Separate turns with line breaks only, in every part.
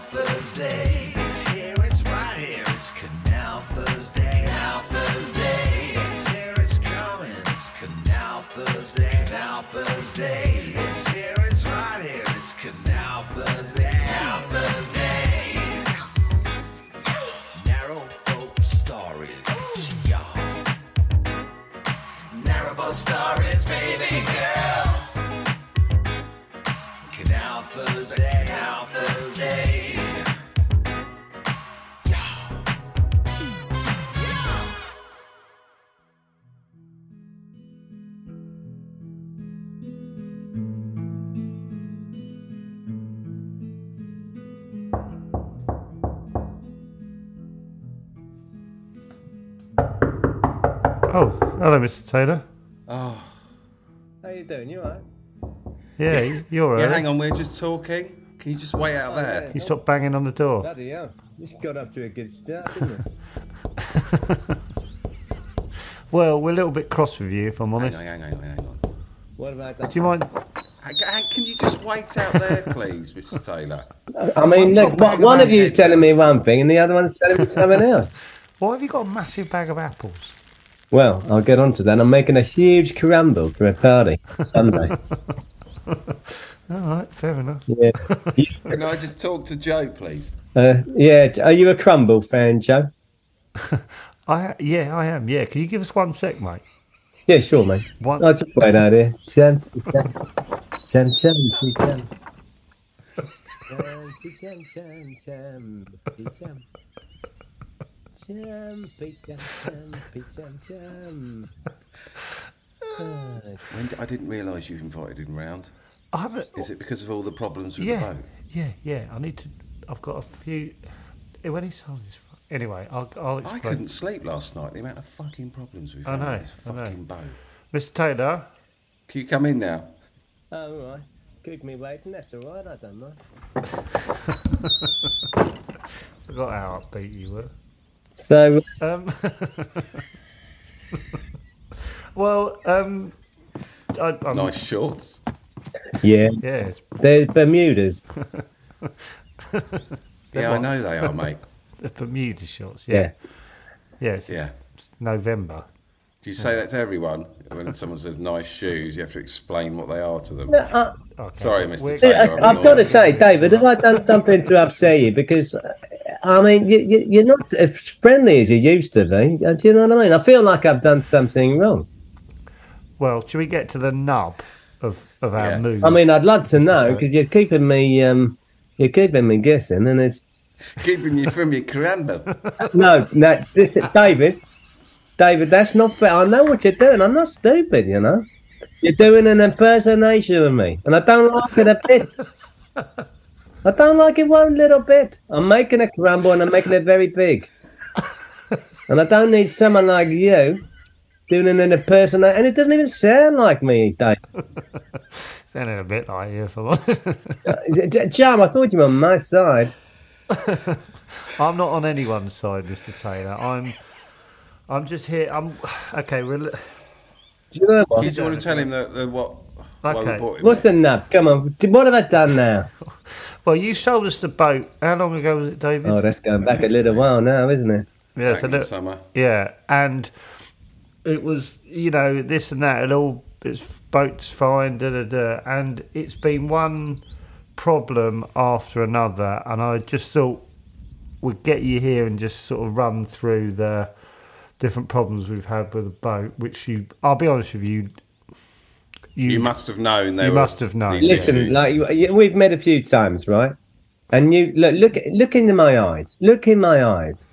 Thursday. It's here, it's right here. It's Canal Thursday. Canal Thursday. It's here, it's coming. It's Canal Thursday. Canal Thursday. It's here, it's right here. It's Canal Thursday. Canal Thursday. Narrow boat stories, y'all. Narrow boat stories, baby girl. Canal Thursday, Canal Thursdays.
Oh, hello, Mr. Taylor.
Oh.
How you doing? You alright?
Yeah, you're
Yeah,
early.
hang on, we're just talking. Can you just wait
Oh,
out there?
You stopped banging on the door.
Bloody hell. This got off to a good start, didn't it?
Well, we're a little bit cross with you, if I'm
Hang
honest.
on, hang on, hang on, hang on.
What about that?
Do you mind?
Hang- hang- Can you just wait out there, please, Mr. Taylor?
I mean, look,
back
one- one
about
of you's
it.
telling me one thing and the other one's telling me something else.
Why have you got a massive bag of apples?
Well, I'll get on to that. I'm making a huge crumble for a party Sunday.
All right, fair enough.
yeah.
Can I just talk to Joe, please?
Uh, yeah. Are you a crumble fan, Joe?
I yeah, I am. Yeah, can you give us one sec, mate?
Yeah, sure, mate.
One.
I'll just wait out here. Ten, ten, ten, ten, ten, ten. Ten, ten, ten, ten, ten. Ten, ten, ten, ten, ten. Ah,
When d- I didn't realise you invited him round.
I haven't.
Is it because of all the problems with
Yeah,
the boat?
yeah, yeah. I need to. I've got a few. eh, When he sold his. Anyway, I'll, I'll
I
explain.
couldn't sleep last night. The amount of fucking problems we've
I
had
know,
with this
I know.
fucking boat.
Mr. Taylor,
Can you come in now?
All right. Keep me waiting. That's all right. I don't mind.
forgot how upbeat you were.
So,
Um, well, um, I, I'm,
Nice shorts.
yeah,
yeah, it's
they're Bermudas.
Yeah, I know they are, mate.
the uh, Bermuda shorts. Yeah,
Yeah.
yeah, it's
Yeah.
November.
Do you say that to everyone? When someone says nice shoes, you have to explain what they are to them.
No, I,
Okay.
Sorry, Mr.
we're-
See,
Taylor.
I,
I'm
I've got to
annoyed.
say, David, have I done something to upset you? Because, uh, I mean, you, you, you're not as friendly as you used to be. Uh, Do you know what I mean? I feel like I've done something wrong.
Well, should we get to the nub of, of our
Yeah.
mood?
I mean, uh, I'd love to know because you're keeping me, um, you're keeping me guessing, and it's
Keeping you from your crumble.
no, no, this is David. David, that's not fair. I know what you're doing. I'm not stupid, you know. You're doing an impersonation of me, and I don't like it a bit. I don't like it one little bit. I'm making a crumble, and I'm making it very big. And I don't need someone like you doing an impersonation. And it doesn't even sound like me, Dave.
sounding a bit like you for one.
Jam, I thought you were on my side.
I'm not on anyone's side, Mr. Taylor. I'm, I'm just here. I'm okay. We're, li-
Do you know what?
Did you want to tell him that, that what? why we
Okay.
bought him?
What's the nub? Come on. d- What have I done now?
well, you sold us the boat. How long ago was it, David?
Oh, that's going back a little while now, isn't it?
yeah,
Back in
look-
summer.
Yeah, and it was you know this and that and all. It's boats fine, da da da, and it's been one problem after another. And I just thought we'd get you here and just sort of run through the different problems we've had with the boat, which you, I'll be honest with you, you,
You must have known. They
You
were
must have known.
these
Listen,
issues.
like you- you- we've met a few times, right? And you look, look, look into my eyes. Look in my eyes.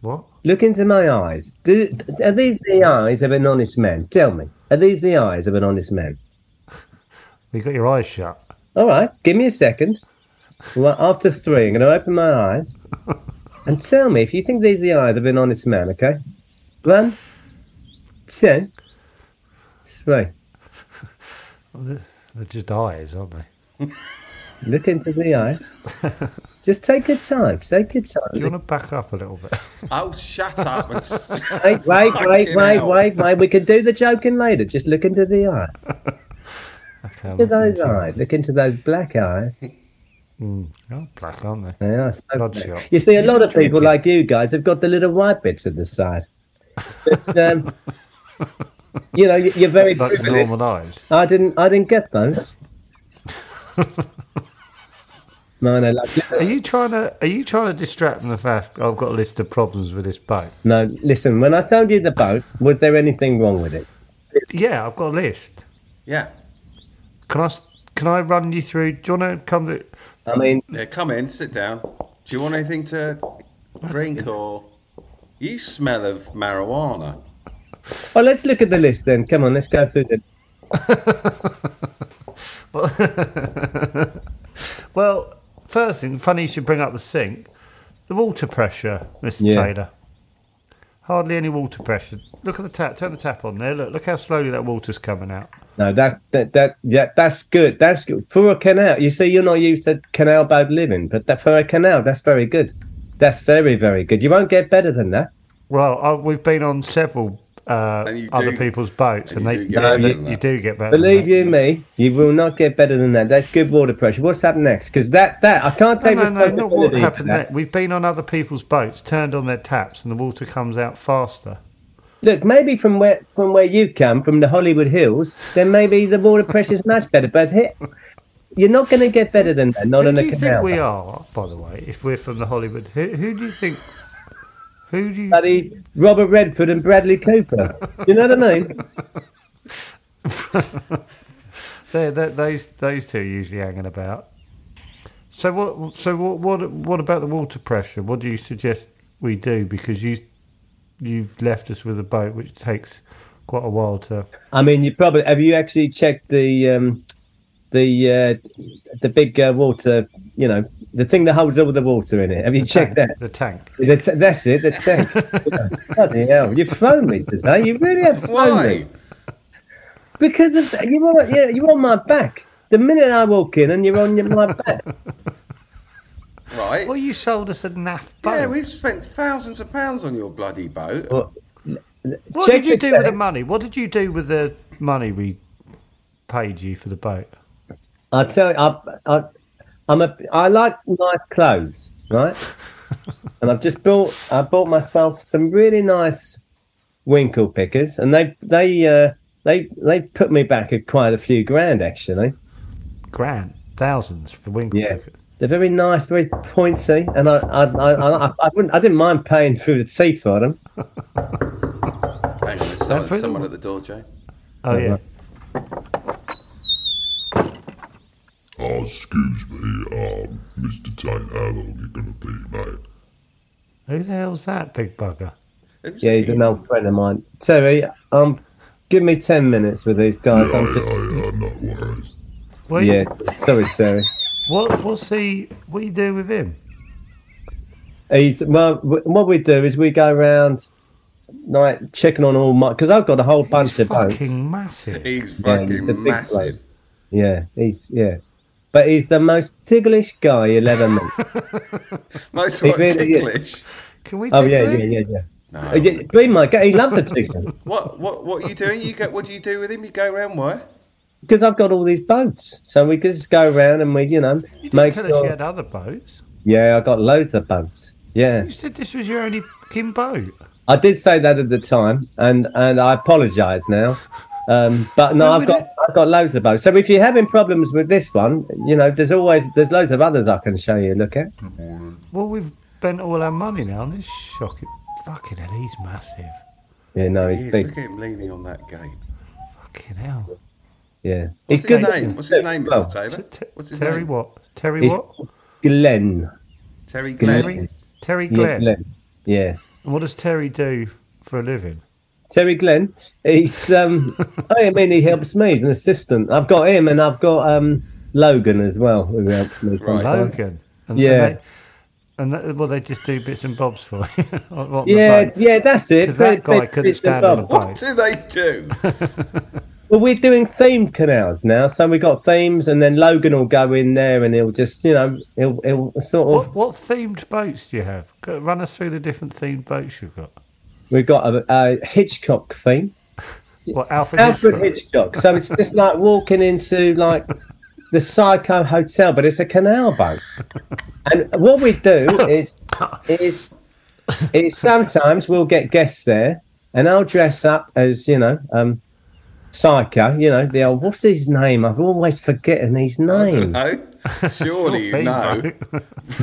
what?
Look into my eyes. Do, are these the eyes of an honest man? Tell me, are these the eyes of an honest man?
You got your eyes shut.
All right, give me a second. Well, after three, I'm going to open my eyes and tell me if you think these are the eyes of an honest man. Okay, one, two, three.
They're just eyes, aren't they?
Look into the eyes. Just take your time. Take your time.
Do you want to back up a little bit?
Oh, shut up! and s-
wait, wait, wait,
Fucking
wait,
hell.
wait, wait. We can do the joking later. Just look into the eye.
Okay, I'm
Look into
not
those
gonna-
eyes. Look into those black eyes.
Oh, black, aren't they?
Yeah, it's so
Blood
bad.
shot.
You see, a lot of people like you guys have got the little white bits at the side. It's, um, you know, you- you're very
Like
privileged.
normal eyes.
I didn't, I didn't get those. no, no, like,
Are you trying to? Are you trying to distract from the fact I've got a list of problems with this boat?
no. Listen, when I sold you the boat, was there anything wrong with it?
Yeah, I've got a list.
Yeah.
Can I? s- Can I run you through? Do you want to come? To,
I mean,
Yeah, come in, sit down. Do you want anything to drink or. You smell of marijuana.
well, let's look at the list then. Come on, let's go through the.
well, first thing, funny you should bring up the sink. The water pressure, Mister
Yeah.
Taylor. Hardly any water pressure. Look at the tap. Turn the tap on there. Look. Look how slowly that water's coming out.
No, that that that yeah, that's good. That's good for a canal. You see, you're not used to canal boat living, but that for a canal, that's very good. That's very very good. You won't get better than that.
Well, I, we've been on several uh,
And you
other
do-
people's boats,
and you
and, they
do get
yeah,
better
you,
than
you
that.
do get better. than
Believe
that.
you me, you will not get better than that. That's good water pressure. What's up next? Because that that I can't
No,
take
no, no,
responsibility.
not what
for
happened
that.
there. We've been on other people's boats, turned on their taps, and the water comes out faster.
Look, maybe from where from where you come, from the Hollywood Hills, then maybe the water pressure's much better. But here, you're not going to get better than that. Not
Who
on
do
a
you
canal.
think we
boat.
are, by the way, if we're from the Hollywood? Who, who do you think? Who do you?
Bloody Robert Redford and Bradley Cooper. You know what I mean?
They're, they're, those those two are usually hanging about. So what? So what? What? What about the water pressure? What do you suggest we do? Because you you've left us with a boat which takes quite a while to.
I mean, you probably have you actually checked the um, the uh, the big uh, water, you know, the thing that holds all the water in it. Have you checked
tank,
that?
The tank.
The t- that's it. The tank. Bloody hell! You phoned me today. You really have phoned me
Why?
because of, you want yeah, you're on my back. The minute I walk in and you're on your, my back.
Right?
Well, you sold us a naff boat.
Yeah, we've spent thousands of pounds on your bloody boat.
Well,
What
Check
did you
the
do with the
tank.
money? What did you do with the money we paid you for the boat?
I tell you, I, I, I'm a, I like nice clothes, right? and I've just bought, I bought myself some really nice winkle pickers, and they, they, uh, they, they put me back at quite a few grand actually.
Grand, thousands for Winkle
Yeah.
ticket.
They're very nice, very pointy, and I, I, I, I, I, wouldn't, I didn't mind paying through the teeth for them.
Hang on, there's someone,
for-
someone at the door, Jay.
Oh
Uh-huh.
yeah,
Oh, excuse me, um, Mr. Tank, how long you gonna be, mate?
who the hell's that big bugger?
Who's
Yeah, he's
he?
an old friend of mine. Terry, um, give me ten minutes with these guys.
Yeah,
I'm just,
yeah, yeah, no worries.
What
yeah, sorry, Terry.
What what's he? What you doing with him?
He's, well, w- what we do is we go around, like checking on all my because I've got a whole bunch
He's
of boats.
fucking
He's
massive.
Yeah, he's
fucking
a big
massive.
bloke. Yeah, he's yeah, but he's the most ticklish guy you'll ever meet.
Most
He
what,
really is.
ticklish.
Can we?
oh
tickle
yeah, yeah,
him?
yeah, yeah.
No.
Oh, yeah, Be my guy. He loves a tickle
What what what are you doing? You go. What do you do with him? You go around where?
because I've got all these boats, so we could just go around and we, you know,
You didn't
make.
tell us
sure-
you had other boats.
Yeah, I got loads of boats. Yeah,
You said this was your only fucking boat.
I did say that at the time, and and I apologise now. Um, but no,
No, we
I've got I've got loads of boats. So if you're having problems with this one, you know, there's always there's loads of others I can show you. Look at.
Good morning.
Well, we've spent all our money now on this shocking. Fucking hell, he's massive.
Yeah, no,
He
he's
is.
big.
Look at him leaning on that gate.
Fucking hell.
Yeah,
What's his
he's good.
name? What's his name,
Well,
Mr. Taylor?
T- T-
What's his
Terry
name?
what? Terry
He's
what?
Glenn.
Terry
Glenn.
Glenn.
Terry. Terry
Yeah,
Glenn.
Glenn. Yeah,
And what does Terry do for a living?
Terry Glenn. He's um. I mean, he helps me. He's an assistant. I've got him, and I've got um Logan as well, who helps me.
Right.
sometimes.
Logan. And
Yeah.
They, and that, well, they just do bits and bobs for you. on- on the
Yeah,
boat.
yeah, that's it.
'Cause that
Bit-
guy
bit-
couldn't
bits and
stand on
bobs.
a
What do they do?
Well, we're doing themed canals now, so we've got themes, and then Logan will go in there, and he'll just, you know, he'll, he'll sort of.
What, what themed boats do you have? Go- Run us through the different themed boats you've got.
We've got a, a Hitchcock theme,
Well, Alfred,
Alfred
Hitchcock.
Hitchcock. So it's just like walking into like the Psycho Hotel, but it's a canal boat. and what we do is is is sometimes we'll get guests there, and I'll dress up as you know, um, Psycho. You know, the old what's his name? I've always forgetting his
I don't
name.
know. Surely you know.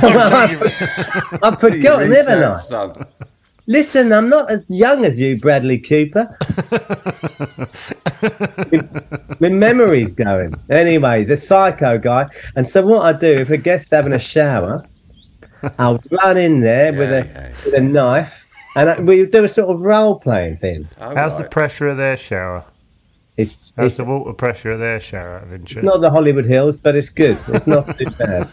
I've forgotten,
Your
haven't I?
research done.
Listen, I'm not as young as you, Bradley Cooper. My memory's going. Anyway, the psycho guy. And so what I do if a guest's having a shower, I'll run in there with
Yeah,
a
yeah, yeah.
with a knife, and I, we do a sort of role playing thing.
All
How's the
right.
pressure of their shower?
It's
How's
it's
the water pressure of their shower of interest?
not the Hollywood Hills, but it's good. It's not too bad.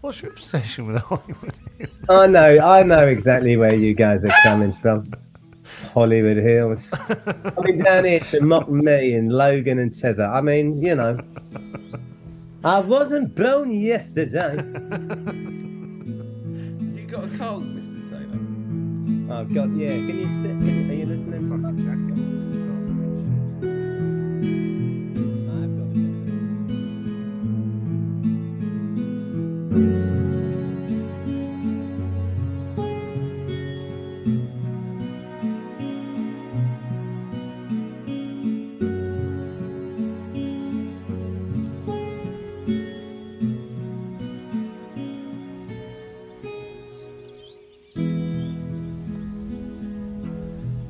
What's your obsession with Hollywood?
I know, I know exactly where you guys are coming from. Hollywood Hills. I mean, down here to mock me and Logan and Tether. I mean, you know, I wasn't born yesterday.
You got a cold, Mr. Taylor.
Oh God, yeah. Can you sit? Can you, are you listening?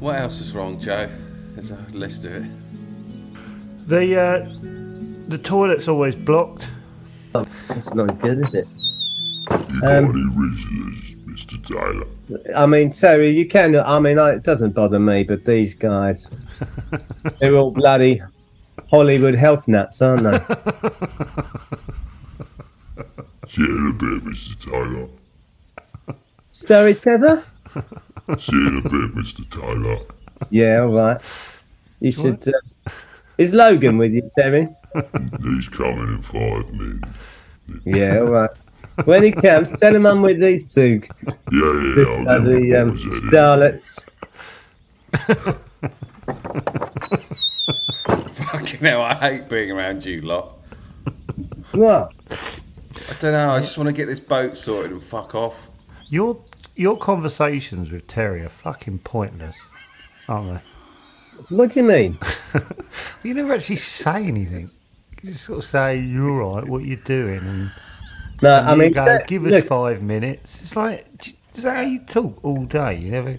What else is wrong, Joe? There's a list of it.
The uh, the toilet's always blocked.
That's not good, is it?
You
Um,
got any reasoners, Mr. Tyler?
I mean, Terry, you can. I mean, I, it doesn't bother me, but these guys, they're all bloody Hollywood health nuts, aren't they?
See you in a bit, Mr. Tyler.
Sorry, Tether.
See you in a bit, Mr. Tyler.
Yeah, all right. You should. Uh, is Logan with you, Terry?
He's coming in five minutes.
Yeah, all right. When he comes, tell him I'm with these two
Yeah, yeah, I'll
uh,
give him
the
a
um,
buzz, Eddie.
starlets.
Fucking hell, I hate being around you lot.
What?
I don't know, I just want to get this boat sorted and fuck off.
Your your conversations with Terry are fucking pointless, aren't
What do you mean?
they? You never actually say anything. You just sort of say you're all right, what you're doing, and
No,
and
I
you
mean,
go,
Ter-
give us
look,
five minutes. It's like, d- is that how you talk all day? You never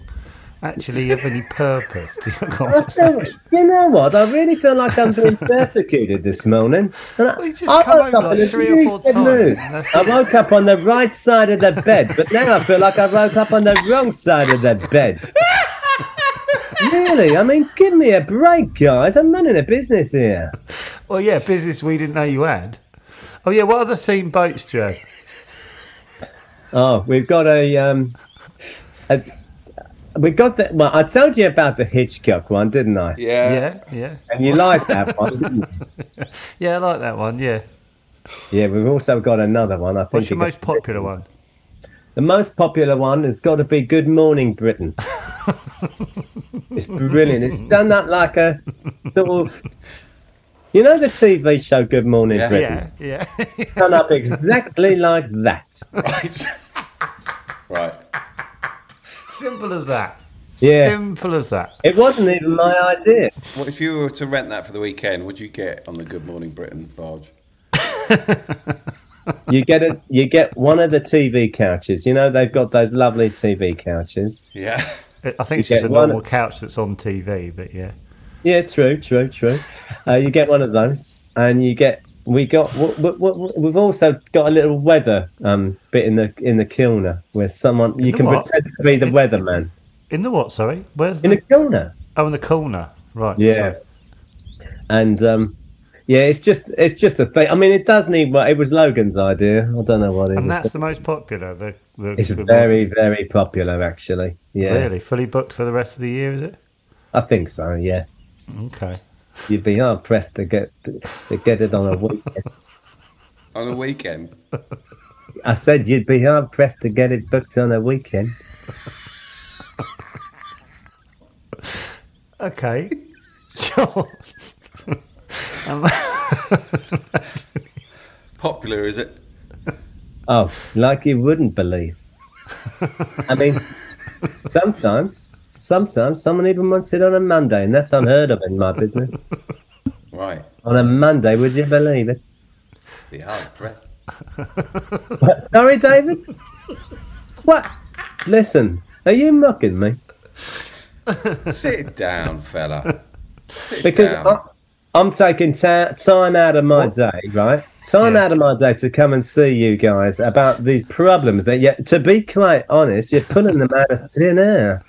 actually have any purpose to your
I
conversation.
don't- you know what? I really feel like I'm being persecuted this morning. And I,
Well, you just
I
come
woke
over
up in
like
a
three or four
good
times,
mood.
and that's
I woke up on the right side of the bed, but now I feel like I woke up on the wrong side of the bed. really? I mean, give me a break, guys. I'm running a business here.
Well, yeah, business we didn't know you had. Oh yeah, what other theme boats, Joe?
Oh, we've got a um, a, we got the. Well, I told you about the Hitchcock one, didn't I?
Yeah.
Yeah, yeah,
And you liked that one. didn't you?
yeah. I like that one. Yeah.
yeah, we've also got another one. I think
What's your
you got-
most popular one?
the most popular one has got to be Good Morning Britain. it's brilliant. It's done up like a sort of. You know the TV show Good Morning
Yeah.
Britain?
Yeah, yeah.
Done up exactly like that.
Right. right.
Simple as that.
Yeah.
Simple as that.
It wasn't even my idea.
What if you were to rent that for the weekend, would you get on the Good Morning Britain barge?
you get a you get one of the TV couches. You know they've got those lovely TV couches.
Yeah.
I- I think it's
You
just a
get one-
normal couch that's on TV, but yeah.
Yeah, true, true, true. Uh, you get one of those, and you get we got w- w- w- we've also got a little weather um bit in the in the kilner where someone you
the
can
what?
pretend to be the weatherman
In the what? Sorry, where's
in
the?
the kilner.
Oh, in the corner. Right.
Yeah,
sorry.
and um. Yeah, it's just it's just a thing. I mean, it does need. Well, it was Logan's idea. I don't know what it
And
was.
that's the most popular. The, the
It's
the-
very very popular, actually. Yeah,
really fully booked for the rest of the year, is it?
I think so. Yeah.
Okay.
You'd be hard pressed to get to get it on a weekend.
On a weekend?
I said you'd be hard pressed to get it booked on a weekend.
Okay. sure. Um,
popular, is it?
Oh, like you wouldn't believe. I mean, sometimes, sometimes someone even wants it on a Monday, and that's unheard of in my business.
Right.
On a Monday, would you believe it?
Be out of breath.
What? Sorry, David. What? Listen, are you mocking me?
Sit down, fella. Sit
Because
down.
I, I'm taking ta- time out of my day, right? Time
Yeah.
out of my day to come and see you guys about these problems that, you, to be quite honest, you're pulling them out of thin air.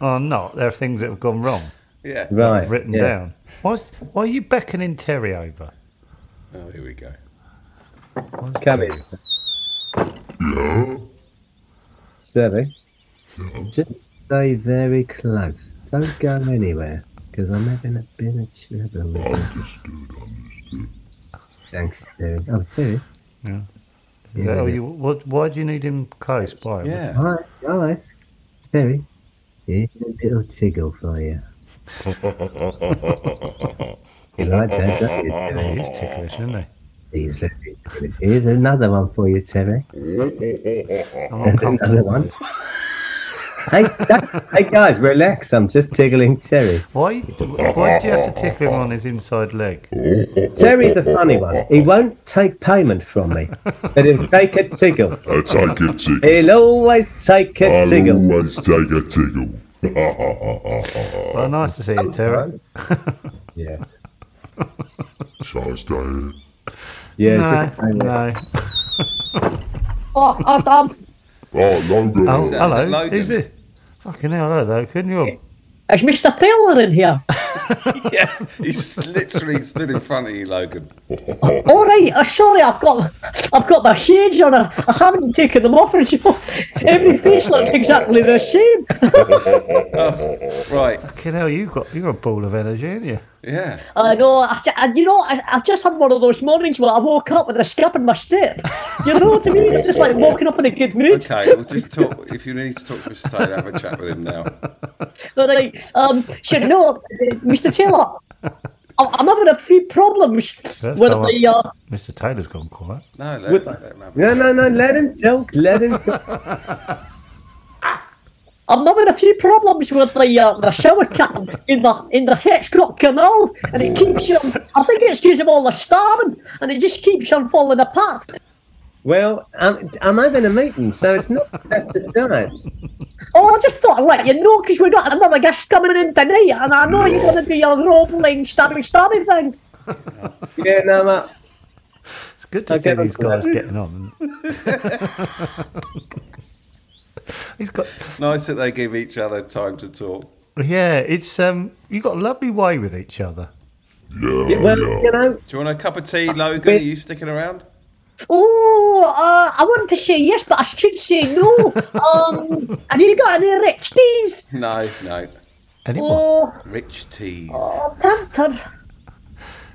Are Oh, not. There are things that have gone wrong.
yeah.
Right.
written
yeah.
down. Why's, why are you beckoning Terry over?
Oh, here we go.
Why's Terry-
Come in. Steady. Just stay very close. Don't go anywhere, because I'm having a bit of trouble with you.
Understood, understood.
Thanks, Terry. Oh, Terry.
Yeah.
Yeah.
Oh, you, what, why do you need him close by?
Yeah.
Hi, guys. Terry. Here's a little tickle for you. you like that, don't you,
Yeah,
Terry?
he is Oh, ticklish, isn't he?
He's very good. Here's another one for you, Terry.
I'm
And
not
another
comfortable.
one. hey, that- hey, guys, relax. I'm just tickling Terry.
Why, why do you have to tickle him on his inside leg?
Terry's a funny one. He won't take payment from me, but he'll take a tickle.
I take a tickle.
He'll always take a
I'll
tickle.
always take a tickle.
Well, nice to see you, Terry.
Yeah.
Shall I stay here?
Yeah.
No,
just-
no.
Oh, I'm, I'm-
Oh, Logan.
Oh,
that
hello.
Logan?
Who's this? Fucking hell, hello, Logan. You're
is Mr. Taylor in here?
yeah. He's literally stood in front of you, Logan.
All right, uh, sorry, I've got I've got my shades on. I, I haven't taken them off, and so every face looks exactly the same.
Right.
fucking hell. You got you're a ball of energy, aren't you?
Yeah.
I know. I, I, you know, I, I just had one of those mornings where I woke up with a scab in my step. You know what I mean? It's just like waking up in a good mood.
Okay, we'll just talk. If you need to talk to Mr. Taylor, have a chat with him now.
All right. Um, so no, uh, Mr. Taylor, I- I'm having a few problems
That's
with
how I-
the. Uh,
Mr. Taylor's gone quiet.
No, let, let him have a
No, no, no. Let him talk. Let him talk.
I'm having a few problems with the uh, the shower curtain in the in the Hitchcock canal, and it keeps on. I think it's because of all the starving, and it just keeps on falling apart.
Well, I'm, I'm having a meeting, so it's not after time.
Oh, I just thought I'd let you know because we got another guest coming in tonight, and I know you're going to do your rolling starving starving thing.
Yeah, no, uh, mate.
It's good to
Okay,
see these
that's all right.
guys getting on. He's got
Nice that they give each other time to talk.
yeah. It's um. You got a lovely way with each other.
Yeah,
Well,
yeah.
you know,
Do you want a cup of tea, Logan? Are you sticking around?
Oh, uh, I want to say yes, but I should say no. Um, have you got any rich teas?
No, no.
Anyone?
Oh,
Rich teas.
I'm tempted.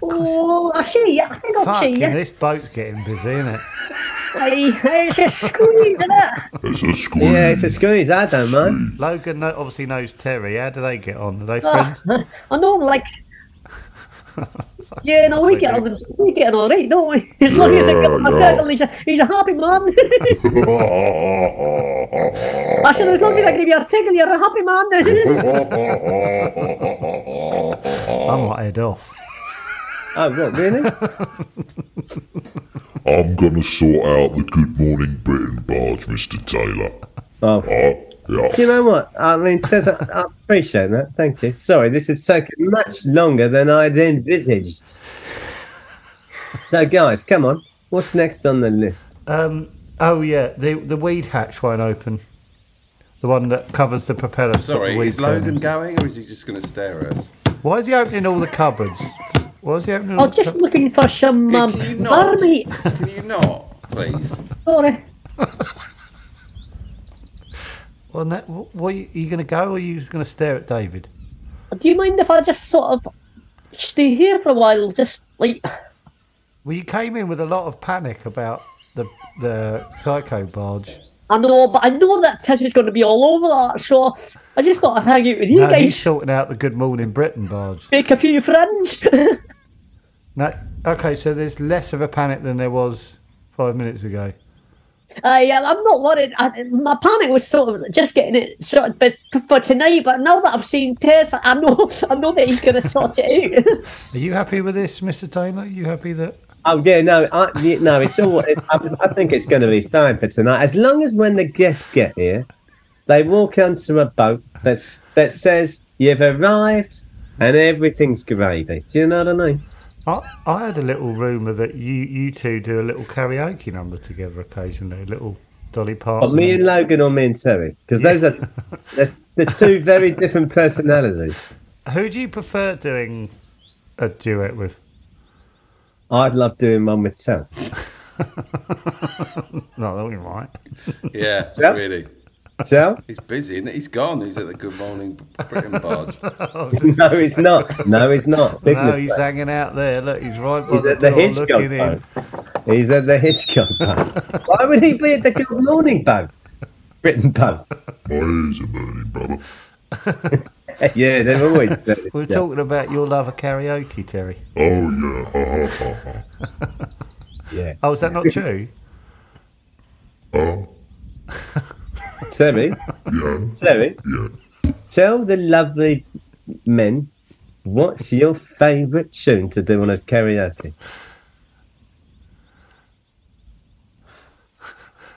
Oh, I say yeah. I think I'll say
Fucking
yes.
this boat's getting busy, isn't it?
Aye, eh, it's a squeeze, isn't it?
It's a squeeze.
yeah, it's a squeeze. I don't mind.
Logan no, obviously knows Terry. How do they get on? Are they
Ah.
friends?
I know, I'm like. Yeah, no, we get on, we get on all right, don't we? As long as I
Yeah,
got my
no.
girl, he's a, he's a happy man. I said, as long as I give you a tickle, you're a happy man.
I might head off.
Oh, what, really?
I'm gonna sort out the Good Morning Britain barge, Mr. Taylor.
Oh,
Oh, yeah.
you know what? I mean, says I, I appreciate that. Thank you. Sorry, this has taken much longer than I'd envisaged. So, guys, come on. What's next on the list?
Um, oh yeah, the the weed hatch won't open. The one that covers the propeller.
Sorry,
weed
is Logan going or is he just going to stare at us?
Why is he opening all the cupboards? Why is he opening? All
I'm
the
Oh, just
cupboards?
looking for some um,
Can you not?
barmeat.
Can you not, please?
Sorry.
Well, that, wh- what, are you, going to go or are you just going to stare at David?
Do you mind if I just sort of stay here for a while? Just like.
Well, you came in with a lot of panic about the the psycho barge.
I know, but I know that Tish is going to be all over that, so I just thought I'd hang out with you
No, he's
guys,
sorting out the Good Morning Britain barge.
make a few friends.
No, okay, so there's less of a panic than there was five minutes ago.
Uh, yeah, I'm not worried. I, my panic was sort of just getting it sorted but for tonight. But now that I've seen Tess, I know I know that he's going to sort it out.
Are you happy with this, Mr. Taylor? You happy that?
Oh yeah, no, I, yeah, no, it's all. It, I, I think it's going to be fine for tonight, as long as when the guests get here, they walk onto a boat that's that says you've arrived and everything's gravy. Do you know what I mean?
I, I had a little rumor that you you two do a little karaoke number together occasionally, a little Dolly Parton.
But me and Logan or me and Terry, because those are that's the two very different personalities.
Who do you prefer doing a duet with?
I'd love doing one with Terry.
No, that would be right.
Yeah,
Yeah.
really.
Tel?
He's busy, isn't he? He's gone. He's at the Good Morning Britain barge.
No, it's not. No, it's not.
No,
Goodness
he's
sake.
hanging out there. Look, he's right by
He's
the
at the
door
Hitchcock
looking in.
boat. He's at the Hitchcock boat. Why would he be at the Good Morning boat? Britain boat.
My ears are Oh, burning, brother.
Yeah, they're always.
We're
yeah.
talking about your love of karaoke, Terry.
Oh, yeah, ha ha ha ha.
yeah.
Oh, is that not true?
Oh,
Terry,
yeah,
Terry,
yeah.
tell the lovely men what's your favourite tune to do on a karaoke?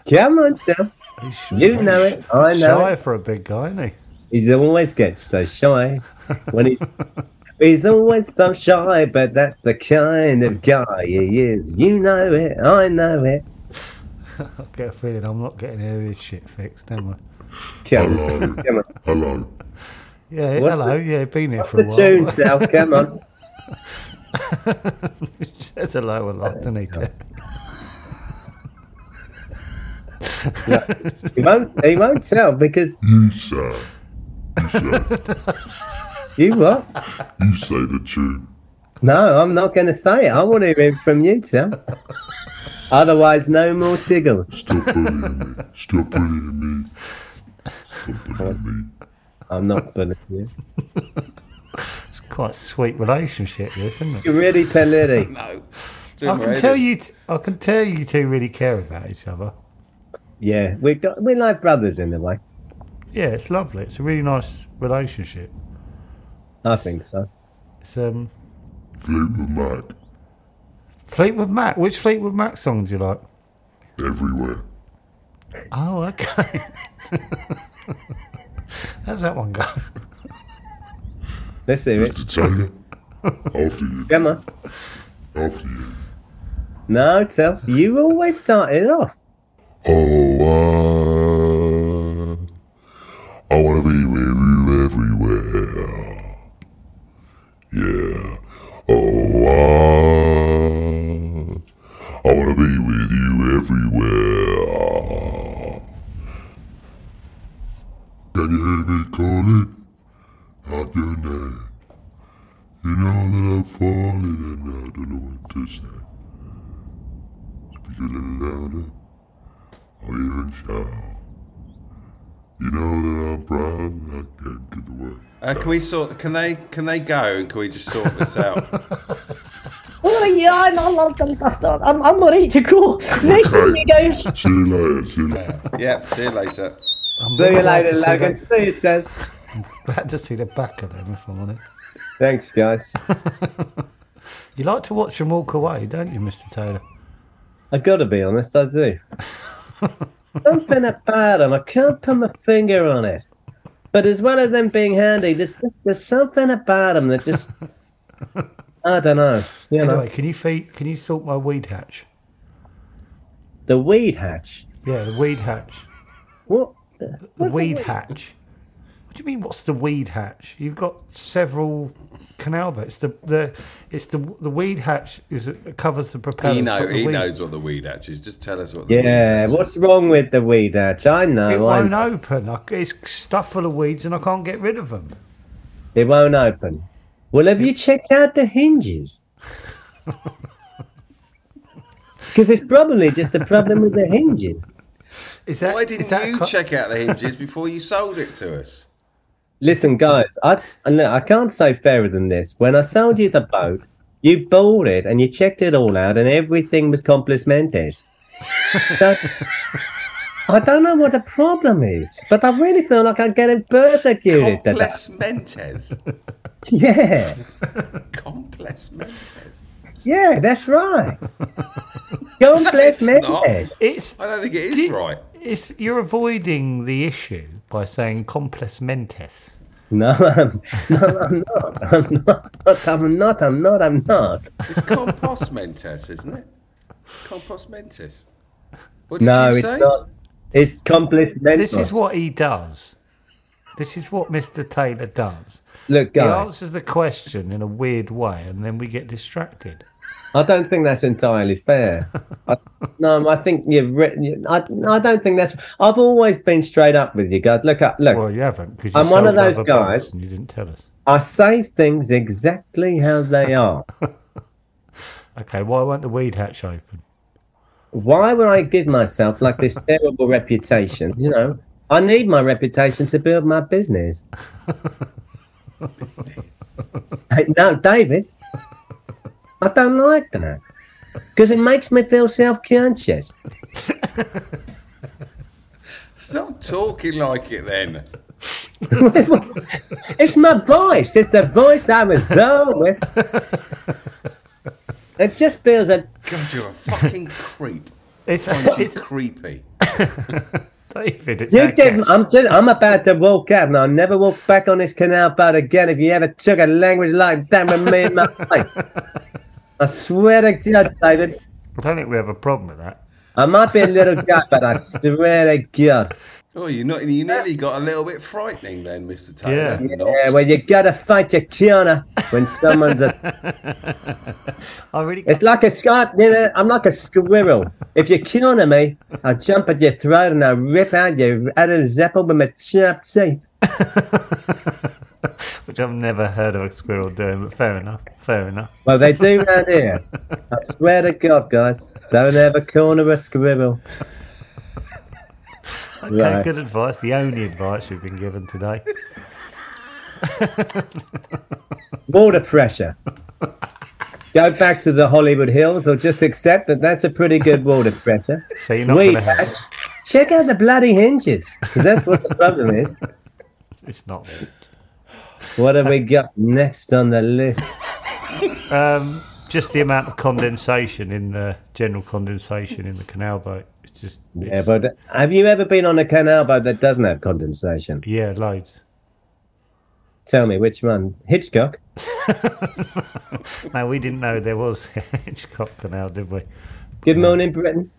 Come on, Sal.
He's shy-
You know it. I know
Shy
it.
for a big guy, isn't he?
He always gets so shy when he's. He's always so shy, but that's the kind of guy he is. You know it, I know it.
I get a feeling I'm not getting any of this shit fixed, am I?
Come
Hello,
on, come on.
hello.
Yeah,
What's
hello. yeah, been here for a
The tune,
while.
Sal, come on.
Says hello a lot, doesn't he? Terry?
He won't, he won't tell because
You, sir.
you what?
You say the tune.
No, I'm not going to say it. I want to hear it from you, Tim. Otherwise, no more tiggles.
Stop bullying me. Stop bullying me. Stop bullying me.
I'm not bullying you.
It's quite a sweet relationship, this, isn't it?
You're really pelletti.
No.
I can tell you, t- I can tell you two really care about each other.
Yeah, we got we're like brothers in a way.
Yeah, it's lovely. It's a really nice relationship.
I think so.
It's um,
Flute with Mac.
Fleetwood Mac. Which Fleetwood Mac song do you like?
Everywhere.
Oh, okay. How's that one go?
Let's hear it.
Mr. Taylor. After you.
Come on.
After you.
No, Tim. You always start it off.
Oh, I, I want to be with you everywhere. Yeah. Oh, I, I want to be with you everywhere. Can you hear me calling out your name? You know that I'm falling and I don't know what to say. Speak a little louder or even shower. You know that I'm proud and I can't get away.
Uh, can we sort? Can they? Can they go? And can we just sort this out?
oh yeah, I'm, I'm, I'm, I'm ready to go. Nice to meet you guys.
See you later, see you later.
yep. See you later.
I'm
See you
really glad
later,
to see
Logan. See you, Tess.
the- Glad to see the back of them, if I'm honest.
Thanks, guys.
You like to watch them walk away, don't you, Mr. Taylor?
I gotta be honest, I do. Something about them, I can't put my finger on it. But as well as them being handy, there's, just, there's something about them that just, I don't know. You know,
Anyway, can you feed? Can you sort my weed hatch?
the weed hatch.
Yeah, the weed hatch.
What?
The weed hatch. What do you mean? What's the weed hatch? You've got several canal beds. The the it's the the weed hatch is it covers the propeller.
He
it's
know.
not the
He
weed.
knows what the weed hatch is. Just tell us what. The
Yeah,
Weed hatch
what's wrong with the weed hatch? I know.
It
I
won't
know.
open. I, it's stuffed full of weeds, and I can't get rid of them.
It won't open. Well, have you checked out the hinges? Because it's probably just a problem with the hinges.
Is that?
Why
is
didn't
that
you
co-
check out the hinges before you sold it to us?
Listen, guys, I and look, I can't say fairer than this. When I sold you the boat, you bought it and you checked it all out, and everything was complimentes. That- I don't know what the problem is, but I really feel like I'm getting persecuted. today.
Complex mentes.
Yeah,
Complex mentes.
yeah, that's right. Don't bless
it's not.
Mendes.
It's
I don't think it is
Did-
right.
it's you're avoiding the issue by saying complex mentes.
No, I'm, no, I'm not. I'm not. I'm not. I'm not. I'm not.
It's compos mentes, isn't it? Compos mentis. What did
No,
you
it's
say?
not. It's complex
This
mentos.
is what he does. This is what Mr. Taylor does.
Look,
He
guys,
answers the question in a weird way, and then we get distracted.
I don't think that's entirely fair. I, no, I think you've written. I, I don't think that's. I've always been straight up with you guys. Look, I, look.
Well, you haven't because
I'm one of those guys-
and you didn't tell us.
I say things exactly how they are.
Okay, why won't the weed hatch open?
Why would I give myself like this terrible reputation? You know, I need my reputation to build my business. Hey, no, David, I don't like that because it makes me feel self-conscious.
Stop talking like it then.
It's my voice. It's the voice I was born with. It just feels a
God, you're a fucking creep.
It's,
Aren't you
it's
creepy?
David. It's
You
our
did,
guest.
I'm, just, I'm about to walk out and I'll never walk back on this canal boat again if you ever took a language like that with me in my face. I swear to God, David.
I don't think we have a problem with that.
I might be a little guy, but I swear to God.
Oh, you not you nearly got a little bit frightening then, Mr. Taylor.
Yeah.
Not.
Yeah, well, you gotta fight your corner when someone's a.
I really
It's like a scar. You know, I'm like a squirrel. If you corner me, I'll jump at your throat and I'll rip out your Adam's apple with my sharp teeth.
Which I've never heard of a squirrel doing, but fair enough. Fair enough.
Well, they do round here. I swear to God, guys, don't ever corner a squirrel.
Okay,
Right.
good advice. The only advice you've been given today.
Water pressure. Go back to the Hollywood Hills or just accept that that's a pretty good water pressure.
So you're not
Wait.
going to help.
Check out the bloody hinges. 'cause That's what the problem is.
It's not.
What have we got next on the list?
Um, just the amount of condensation in the general condensation in the canal boat. It's just
Yeah,
it's-
but uh, have you ever been on a canal boat that doesn't have condensation?
yeah, loads.
Tell me which one. Hitchcock.
No, we didn't know there was Hitchcock canal, did we?
Good morning, Britain.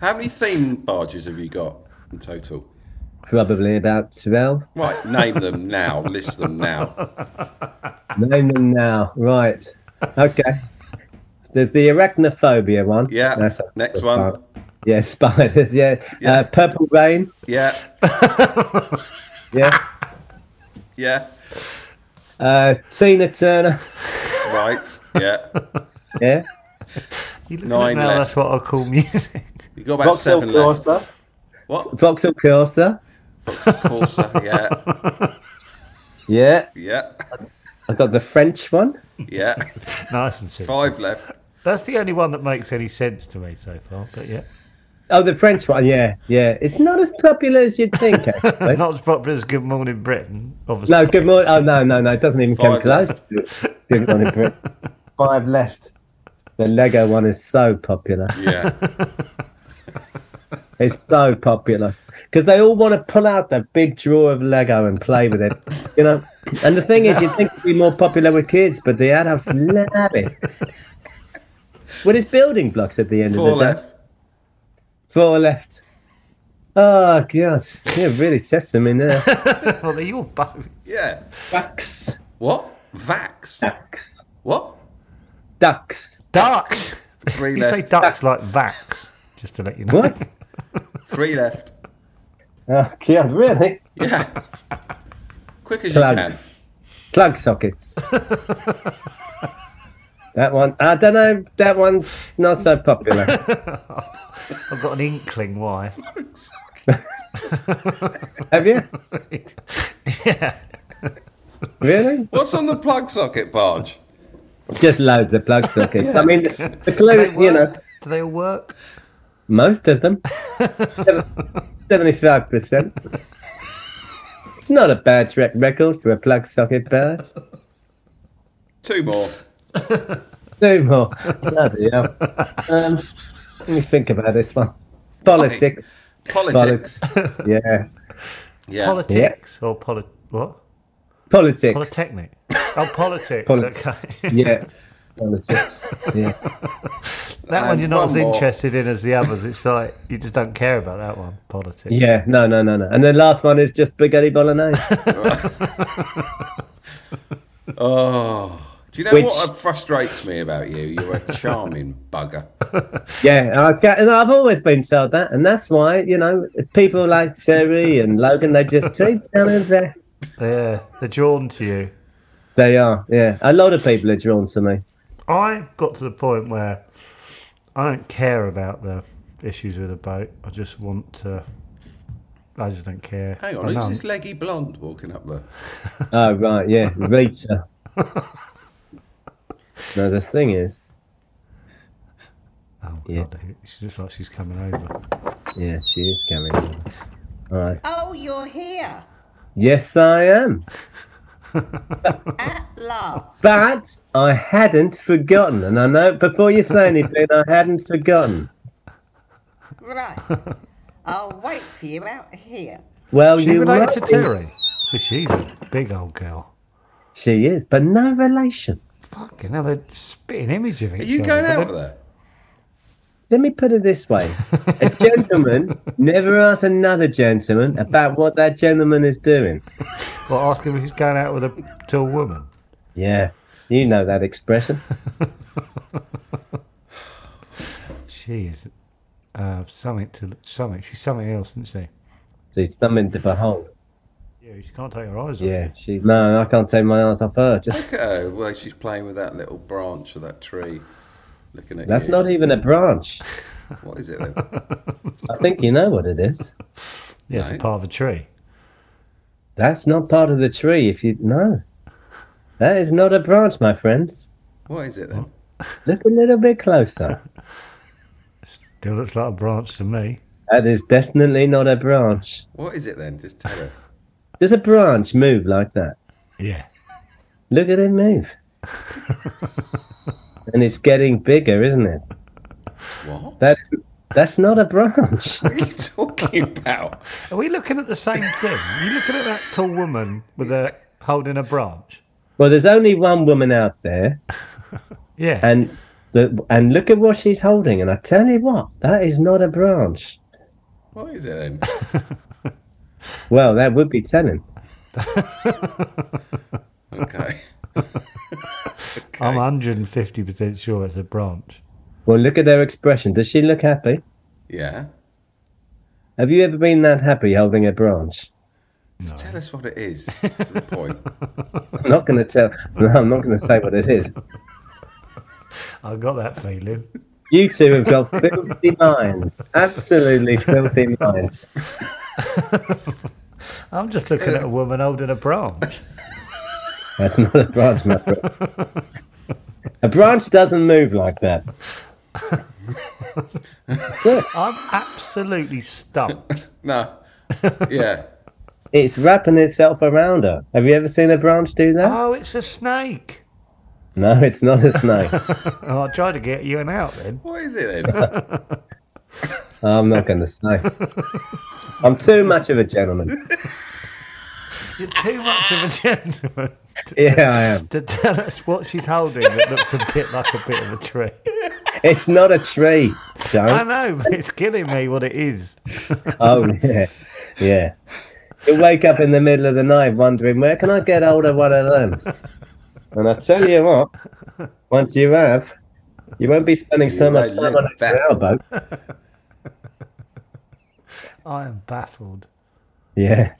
How many theme barges have you got in total?
Probably about twelve.
Right, name them now. List them now.
Name them now. Right. Okay. There's the arachnophobia one.
Yeah.
That's
Next one.
Yeah, spiders. Yeah.
Yeah.
Uh, purple rain.
Yeah,
Yeah.
yeah.
Uh, Tina Turner.
Right. Yeah.
Yeah.
You look
Nine
at it now,
left.
that's what I call music.
You got about seven left. What?
Vauxhall Corsa.
Corsa. Yeah.
Yeah.
Yeah.
I got the French one.
Yeah.
nice and simple.
Five left.
That's the only one that makes any sense to me so far. But yeah,
Oh, the French one. Yeah. Yeah. It's not as popular as you'd think. Actually.
not as popular as Good Morning Britain, obviously.
no. Good morning. Oh no, no, no. It doesn't even come
Five
close.
left.
to it. Good morning, Britain. Five left. The Lego one is so popular.
Yeah.
It's so popular because they all want to pull out the big drawer of Lego and play with it, you know. And the thing is, you'd think it'd be more popular with kids, but the adults love it. Well, it's building blocks at the end
Four
of the day.
left.
Four left. Oh god, you really test them in there.
well, they're your boat.
Yeah.
Ducks,
What? Vax.
ducks,
What?
ducks.
Ducks.
Three
you
left.
say ducks like vax, just to let you know.
What?
Three left.
Oh god, really?
Yeah. Quick as
Plug.
you can.
Plug sockets. that one, I don't know. That one's not so popular.
I've got an inkling why.
Have you?
yeah.
Really?
What's on the plug socket barge?
Just loads of plug sockets. I mean, the clue,
They
you know,
work? Do they all work?
Most of them. Seventy-five percent. It's not a bad track record for a plug socket bird.
Two more.
Two more. Bloody hell. Um, let me think about this one. Politics.
Politics.
Yeah.
Yeah.
Politics or poli- what?
Politics.
Polytechnic. Oh, politics.
Poli-
okay.
yeah. Politics. Yeah.
That one
And
you're
one
not as
more.
interested in as the others. It's like you just don't care about that one. Politics.
Yeah. No, no, no, no. And then last one is just spaghetti bolognese.
Oh. Do you know
Which-
what frustrates me about you? You're a charming bugger.
Yeah, I've, got, and I've always been told that, and that's why you know people like Terry and Logan they just keep down there.
They're, they're drawn to you.
They are, yeah. A lot of people are drawn to me.
I got to the point where I don't care about the issues with the boat. I just want to. I just don't care.
Hang
I
on,
know-
who's this leggy blonde walking up there?
Oh right, yeah, Rita. now the thing is,
Oh,
Yeah.
God, she looks like she's coming over.
yeah, she is coming. All right.
Oh, you're here
Yes, I am,
at last.
but I hadn't forgotten, and I know before you say anything, I hadn't forgotten.
Right. I'll wait for you out here.
Well,
She
you
related to
might be-
Terry? Because she's a big old girl.
She is, but no relation.
Fucking hell, they're spitting image of each
Are you
other.
going
but
out
they're-
there?
Let me put it this way: a gentleman never asks another gentleman about what that gentleman is doing.
Well, ask him if he's going out with a to a woman.
Yeah, you know that expression.
She is uh, something to something. She's something else, isn't she?
She's something to behold.
Yeah, she can't take her eyes off.
Yeah, she's no, I can't take my eyes off her. Just
Look at her. Well, she's playing with that little branch of that tree. Looking at
that's
you.
not even a branch.
What is it then?
I think you know what it is.
yeah it's a
Right.
part of a tree.
That's not part of the tree. If you no, that is not a branch, my friends.
What is it then?
Look a little bit closer.
Still looks like a branch to me.
That is definitely not a branch.
What is it then? Just tell us.
Does a branch move like that?
Yeah.
Look at it move. and it's getting bigger, isn't it?
What?
That that's not a branch.
What are you talking about?
Are we looking at the same thing? Are you looking at that tall woman with a holding a branch?
well, there's only one woman out there,
Yeah.
and the and look at what she's holding. And I tell you what, that is not a branch.
What is it then?
Well, that would be telling.
Okay.
I'm 150% sure it's a branch.
Well, look at her expression. Does she look happy?
Yeah.
Have you ever been that happy holding a branch?
Just tell us what it is. To the point.
I'm not going to tell. No, I'm not going to say what it is.
I got that feeling.
You two have got filthy minds. Absolutely filthy minds.
I'm just looking at a woman holding a branch.
That's not a branch, my friend. a branch doesn't move like that.
I'm absolutely stumped.
No. Yeah.
It's wrapping itself around her. Have you ever seen a branch do
Ah.
that?
Oh, it's a snake.
No, it's not a snake.
Oh, I'll try to get you an out then.
What is it then?
I'm not going to say. I'm too much of a gentleman.
You're too much of a gentleman
Yeah, I am.
to tell us what she's holding that looks a bit like a bit of a tree.
It's not a tree,
I
Joe.
know, but it's killing me what it is.
Oh, yeah. Yeah. You wake up in the middle of the night wondering, where can I get hold of one of them? And I tell you what, once you have, you won't be spending so
You
much
may
time
look
on a
back.
sailboat.
I am baffled.
Yeah.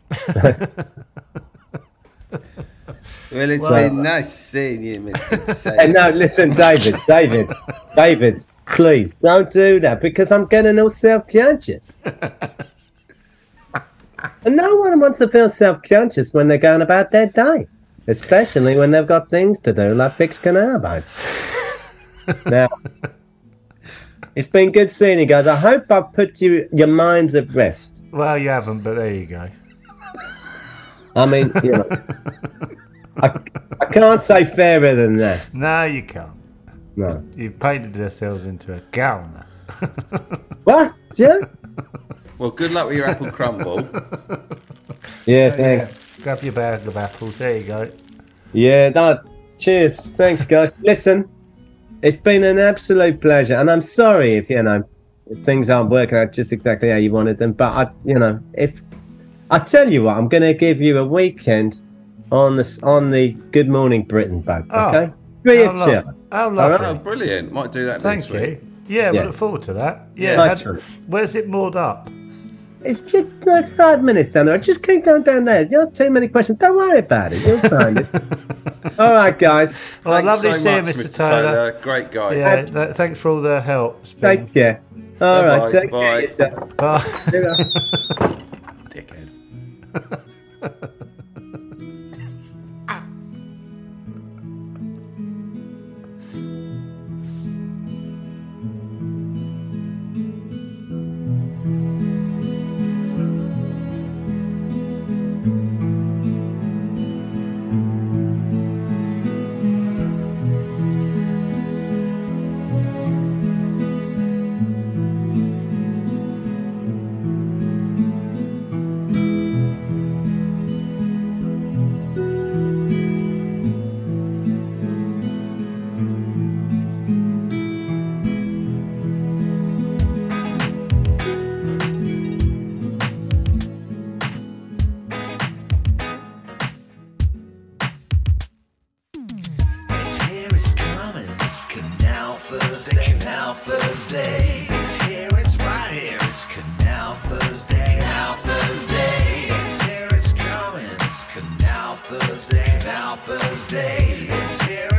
Well, it's
Well-
been nice seeing you, Mister.
Hey,
Saint.
Uh, no, listen, David, David, David, please don't do that because I'm getting all self conscious. and no one wants to feel self conscious when they're going about their day, especially when they've got things to do like fix canal boats. now, It's been good seeing you guys. I hope I've put you your minds at rest.
Well, you haven't, but there you go.
I mean, you know, I, I can't say fairer than this.
No, you can't.
No.
You've painted yourselves into a gown.
What? Yeah.
Well, good luck with your apple crumble.
Yeah. Thanks.
Grab your bag of apples. There you go.
Yeah. No, cheers. Thanks, guys. Listen, it's been an absolute pleasure, and I'm sorry if you know if things aren't working out just exactly how you wanted them. But I, you know, if I tell you what, I'm going to give you a weekend on this on the Good Morning Britain boat.
Oh,
Okay. Free
How
of
lovely.
charge.
How
Oh,
lovely.
brilliant. Might do that
Thank
next week.
you. Yeah, we
Yeah.
look forward to that. Yeah.
Yeah.
had-
Sure.
where's it moored up?
It's just like five minutes down there. I just keep going down there. You ask too many questions. Don't worry about it. You'll find it. All right, guys.
Well,
Thanks
Oh, lovely
so
seeing
much,
Mr. Taylor.
Great guy.
Yeah, th- thanks for all the help. It's been-
Take care. All
Bye-bye.
right. Take
Bye.
care. yourself.
Bye.
See you.
Dickhead.
It's here, it's coming, it's Canal Thursday, Canal Thursday. It's here, it's right here, it's Canal Thursday, Canal Thursday. It's here, it's coming, it's Canal Thursday, Canal Thursday. It's here,